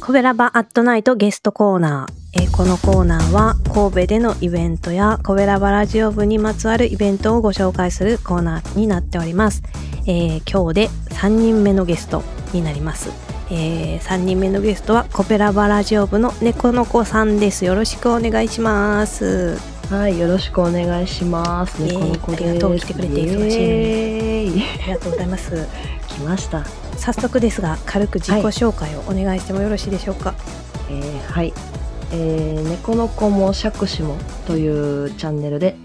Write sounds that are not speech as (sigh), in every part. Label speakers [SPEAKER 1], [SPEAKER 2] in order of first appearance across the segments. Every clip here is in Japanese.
[SPEAKER 1] コベラバアットナイトゲストコーナー、えーこのコーナーは神戸でのイベントやコベラバラジオ部にまつわるイベントをご紹介するコーナーになっております、えー今日で3人目のゲストになります、え3人目のゲストはコベラバラジオ部の猫の子さんですよろしくお願いします
[SPEAKER 2] はい、よろしくお願いします。
[SPEAKER 1] イエーイ
[SPEAKER 2] ねこの子です
[SPEAKER 1] ありがとう来てくれて忙しいの
[SPEAKER 2] イ
[SPEAKER 1] に
[SPEAKER 2] エーイ
[SPEAKER 1] ありがとうございます
[SPEAKER 2] 来ました。
[SPEAKER 1] 早速ですが軽く自己
[SPEAKER 2] はい
[SPEAKER 1] 紹介をお願いしてもよろしいでしょうか、
[SPEAKER 2] えーはい、えー猫の子も釈子もというチャンネルで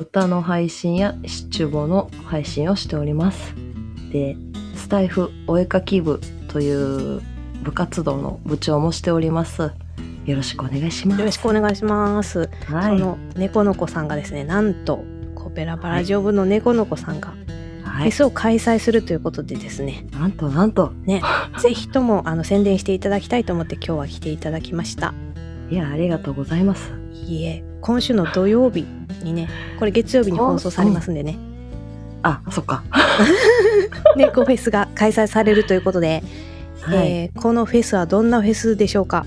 [SPEAKER 2] 歌の配信やシチュボの配信をしております。で、スタイフお絵かき部という部活動の部長もしております。よろしくお願いします。
[SPEAKER 1] よろしくお願いします
[SPEAKER 2] は
[SPEAKER 1] そ
[SPEAKER 2] い、
[SPEAKER 1] の猫の子さんがですねなんとコペラパラジオ部の猫の子さんがフ
[SPEAKER 2] は
[SPEAKER 1] ェ
[SPEAKER 2] い、
[SPEAKER 1] スを開催するということでですね、
[SPEAKER 2] なんとなんと、
[SPEAKER 1] (laughs) ぜひともあの宣伝していただきたいと思って今日は来ていただきました
[SPEAKER 2] いやありがとうございます。
[SPEAKER 1] いいえ今週の土曜日にねこれ月曜日に放送されますんでね
[SPEAKER 2] あ、そっか。
[SPEAKER 1] 猫フェスが開催されるということで、
[SPEAKER 2] はい。
[SPEAKER 1] えーこのフェスはどんなフェスでしょうか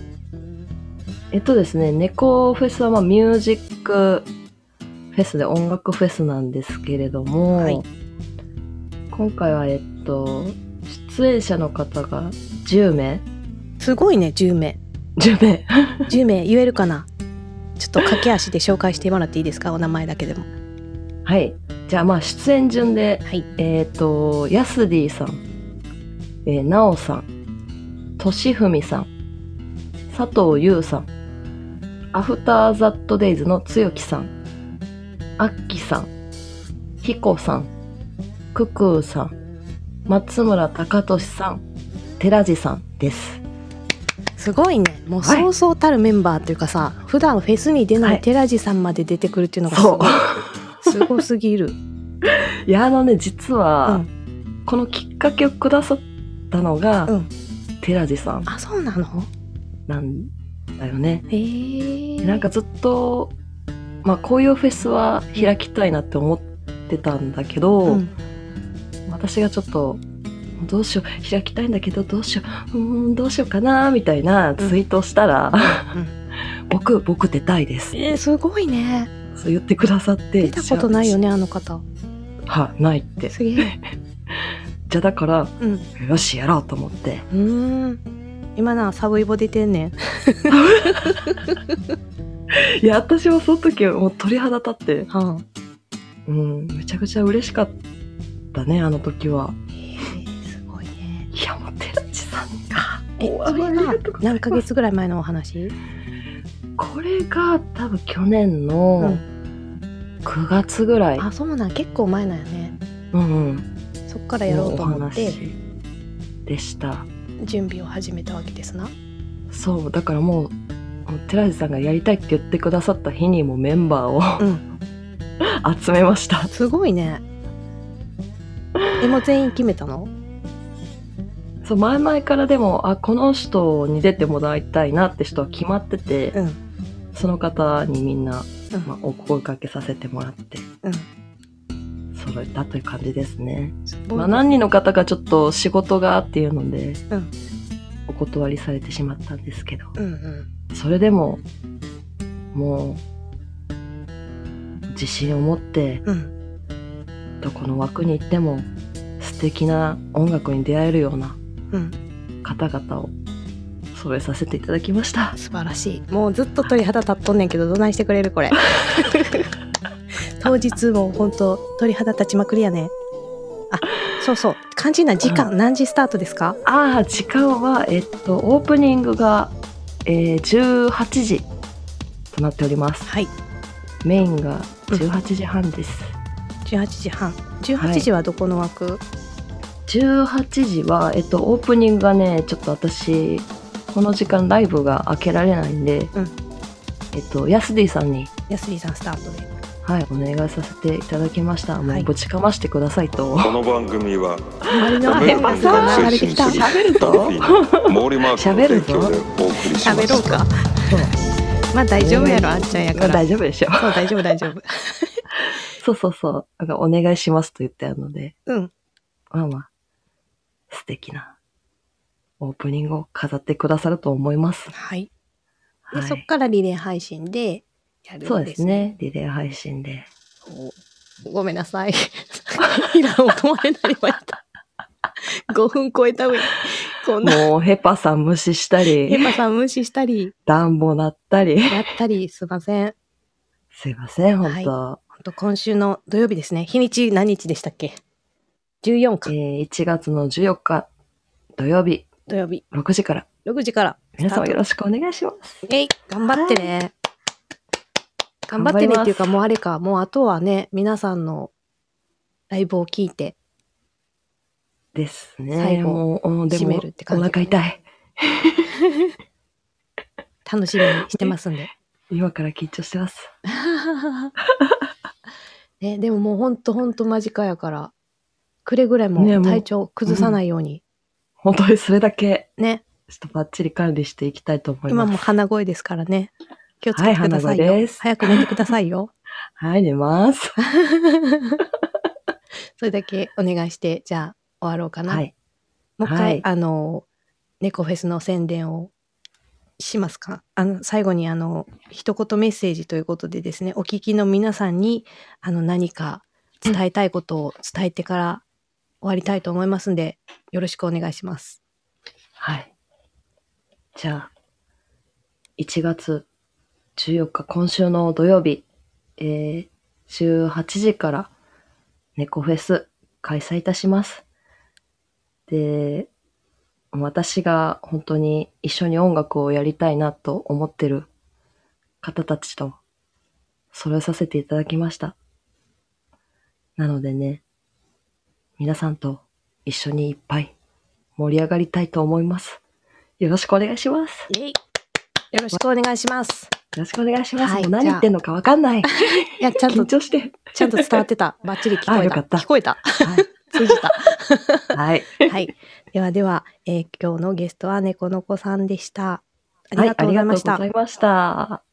[SPEAKER 2] えっとですね、猫フェスはまあミュージックフェスで音楽フェスなんですけれども、
[SPEAKER 1] はい
[SPEAKER 2] 今回はえっと、出演者の方が10名
[SPEAKER 1] すごいね10名
[SPEAKER 2] ?10 名
[SPEAKER 1] 10名言えるかなちょっと駆け足で紹介してもらっていいですかお名前だけでも
[SPEAKER 2] はい。じゃあまあ出演順で、
[SPEAKER 1] はい
[SPEAKER 2] えっと、ヤスディさん、えー、ナオさん、トシフミさん、佐藤優さん、アフターザットデイズのつよきさん、アッキさん、ヒコさん、ククーさん、松村隆俊さん、寺地さんです。
[SPEAKER 1] すごいねもう
[SPEAKER 2] はい
[SPEAKER 1] そうそうたるメンバーというかさ、普段フェスに出な
[SPEAKER 2] はいい
[SPEAKER 1] 寺地さんまで出てくるっていうのがす
[SPEAKER 2] そ
[SPEAKER 1] ごい、すごすぎる、
[SPEAKER 2] う。いや、あのね、実
[SPEAKER 1] う
[SPEAKER 2] は、
[SPEAKER 1] ん、
[SPEAKER 2] このきっかけをくださったのが、
[SPEAKER 1] うん
[SPEAKER 2] 寺地さん
[SPEAKER 1] (laughs) あそうなの
[SPEAKER 2] なんだよね。
[SPEAKER 1] へえ
[SPEAKER 2] なんかずっと、まあ、こういうフェスは開きたいなって思ってたんだけど、
[SPEAKER 1] うん
[SPEAKER 2] 私がちょっとどうしよう開きたいんだけどどうしよううーんどうしようかなみたいなツイートをしたら
[SPEAKER 1] うんうん
[SPEAKER 2] 「 (laughs) 僕僕出たいです
[SPEAKER 1] えー、すごいね」
[SPEAKER 2] そう言ってくださって
[SPEAKER 1] 出たことないよねあの方
[SPEAKER 2] はないって
[SPEAKER 1] すげ (laughs) え
[SPEAKER 2] じゃあだから
[SPEAKER 1] うんう
[SPEAKER 2] よしやろうと思って
[SPEAKER 1] ーん今なサブイボ出てんねん
[SPEAKER 2] いや私はその時もう鳥肌立って、
[SPEAKER 1] は
[SPEAKER 2] うん、めちゃくちゃ嬉しかったねあの時は
[SPEAKER 1] あ、えー、すごいね
[SPEAKER 2] いやもう寺地さんが
[SPEAKER 1] え
[SPEAKER 2] お
[SPEAKER 1] それ
[SPEAKER 2] ありが
[SPEAKER 1] が
[SPEAKER 2] とうございます
[SPEAKER 1] 何ヶ月ぐらい前のお話
[SPEAKER 2] これが多分去年の9月ぐらい、
[SPEAKER 1] あそうなん結構前なんやね
[SPEAKER 2] うんうん、
[SPEAKER 1] そっからやろうと思って
[SPEAKER 2] のお話でした
[SPEAKER 1] 準備を始めたわけですな
[SPEAKER 2] そうだからもう寺地さんがやりたいって言ってくださった日にもメンバーを (laughs)
[SPEAKER 1] うん
[SPEAKER 2] 集めました
[SPEAKER 1] すごいねでも全員決めたの
[SPEAKER 2] そう前々からでもあこの人に出てもらいたいなって人は決まってて、
[SPEAKER 1] うん
[SPEAKER 2] その方にみんな、
[SPEAKER 1] うん
[SPEAKER 2] まあ、お声かけさせてもらって
[SPEAKER 1] うん
[SPEAKER 2] 揃えたという感じですね、
[SPEAKER 1] すごい
[SPEAKER 2] まあ、何人の方がちょっと仕事がっていうので、
[SPEAKER 1] うん
[SPEAKER 2] お断りされてしまったんですけど
[SPEAKER 1] うんうん
[SPEAKER 2] それでも、もう、自信を持って、
[SPEAKER 1] うん
[SPEAKER 2] どこの枠に行っても、素敵な音楽に出会えるような
[SPEAKER 1] うん
[SPEAKER 2] 方々を揃えさせていただきました。
[SPEAKER 1] 素晴らしいもうずっと鳥肌立っとんねんけどどないしてくれるこ (laughs) れ当日も本当鳥肌立ちまくりやねあそうそう肝心な時間、何時スタートですか
[SPEAKER 2] ああ、時間は、えっと、オープニングが、えー18時となっております。
[SPEAKER 1] はい
[SPEAKER 2] メインが18時半です。
[SPEAKER 1] 18時半18時はどこの枠、
[SPEAKER 2] 18時は、えっと、オープニングがねちょっと私この時間ライブが開けられないんで、
[SPEAKER 1] うん
[SPEAKER 2] えっとヤスディさんに、
[SPEAKER 1] やすりさんスタートで
[SPEAKER 2] はい、お願いさせていただきました
[SPEAKER 1] は
[SPEAKER 2] も
[SPEAKER 1] いう
[SPEAKER 2] ぶちかましてくださいと、
[SPEAKER 3] この番組は
[SPEAKER 1] 周りの
[SPEAKER 2] あ
[SPEAKER 1] メンバー
[SPEAKER 2] さ
[SPEAKER 1] が
[SPEAKER 2] あ
[SPEAKER 1] 流れてきた
[SPEAKER 3] 喋
[SPEAKER 2] 喋る
[SPEAKER 3] ダ
[SPEAKER 2] と
[SPEAKER 3] ッフィーの毛利マークの提供でお送りしま
[SPEAKER 1] 喋ろう
[SPEAKER 3] す。
[SPEAKER 1] かまあ (laughs) 大丈夫やろあんちゃんやから
[SPEAKER 2] (laughs) 大丈夫でしょ
[SPEAKER 1] そう大丈夫大丈夫
[SPEAKER 2] そうそうそうなんかお願いしますと言ってあるので
[SPEAKER 1] うん
[SPEAKER 2] まあまあ素敵なオープニングを飾ってくださると思います。
[SPEAKER 1] はい。で、
[SPEAKER 2] はい、
[SPEAKER 1] そっからリレー配信でやるんです、
[SPEAKER 2] そうです。ね。リレー配信で。
[SPEAKER 1] おごめんなさい。 (laughs) イランを止まれなりました。5分超えた上に、こんな、
[SPEAKER 2] もう、ヘパさん無視した
[SPEAKER 1] (laughs) ヘ
[SPEAKER 2] り、
[SPEAKER 1] パさん無視したり、
[SPEAKER 2] 暖房鳴ったり。
[SPEAKER 1] やったり、すいません。
[SPEAKER 2] すいません、本当、
[SPEAKER 1] ほんと今週の土曜日ですね。日にち何日でしたっけ ?14 か。
[SPEAKER 2] えー1月の14日土曜日
[SPEAKER 1] 土曜日、
[SPEAKER 2] 6時から
[SPEAKER 1] 6時から。
[SPEAKER 2] 皆様
[SPEAKER 1] スタート
[SPEAKER 2] よろしくお願いします。
[SPEAKER 1] えい、頑張ってね。頑張ってねっていうか、もうあれか、もうあとはね、皆さんのライブを聞いて、
[SPEAKER 2] ですね。
[SPEAKER 1] 最後
[SPEAKER 2] もうおで
[SPEAKER 1] 締め
[SPEAKER 2] も
[SPEAKER 1] るって
[SPEAKER 2] お
[SPEAKER 1] 感じ
[SPEAKER 2] 腹痛い。
[SPEAKER 1] 楽しみにしてますんで。
[SPEAKER 2] 今から緊張してます。
[SPEAKER 1] (laughs) ね、でももうほんとほんと間近やから、くれぐれ
[SPEAKER 2] ね
[SPEAKER 1] も
[SPEAKER 2] もう
[SPEAKER 1] 体調崩さないように。
[SPEAKER 2] 本当にそれだけ
[SPEAKER 1] ね、
[SPEAKER 2] ちょっとバッチリ管理していきたいと思い
[SPEAKER 1] 今
[SPEAKER 2] ます。
[SPEAKER 1] も鼻声ですからね。気をつけてくださいよ。
[SPEAKER 2] はい鼻声です
[SPEAKER 1] (laughs) 早く寝てくださいよ。 (laughs)
[SPEAKER 2] はい、寝ます。
[SPEAKER 1] それだけお願いして、じゃあ終わろうかな。
[SPEAKER 2] はい。
[SPEAKER 1] もう一回、
[SPEAKER 2] はい
[SPEAKER 1] あの、猫フェスの宣伝をしますかあの、最後にあの、一言メッセージということでですね、お聞きの皆さんに、あの、何か伝えたいことを伝えてから終わりたいと思いますんで、よろしくお願いします。
[SPEAKER 2] はい。じゃあ、1月14日、今週の土曜日、えー、週8時から、猫フェス開催いたします。で、私が本当に一緒に音楽をやりたいなと思ってる方たちと、それをさせていただきました。なのでね、皆さんと一緒にいっぱい盛り上がりたいと思います。よろしくお願いします。
[SPEAKER 1] イエイよろしくお願いします。
[SPEAKER 2] よろしくお願いします。
[SPEAKER 1] はい
[SPEAKER 2] もう何言ってんのかわかんない。
[SPEAKER 1] いや、ちゃん
[SPEAKER 2] 緊
[SPEAKER 1] と、
[SPEAKER 2] 張して。
[SPEAKER 1] ちゃんと伝わってた。バッチリ聞こ
[SPEAKER 2] あ
[SPEAKER 1] え
[SPEAKER 2] よ
[SPEAKER 1] た。
[SPEAKER 2] かった
[SPEAKER 1] 聞こえた。通じた。
[SPEAKER 2] はい。
[SPEAKER 1] はい。ではでは、えー今日のゲストは猫の子さんでした。あ
[SPEAKER 2] はい
[SPEAKER 1] りがとうございました。
[SPEAKER 2] ありがとうございました。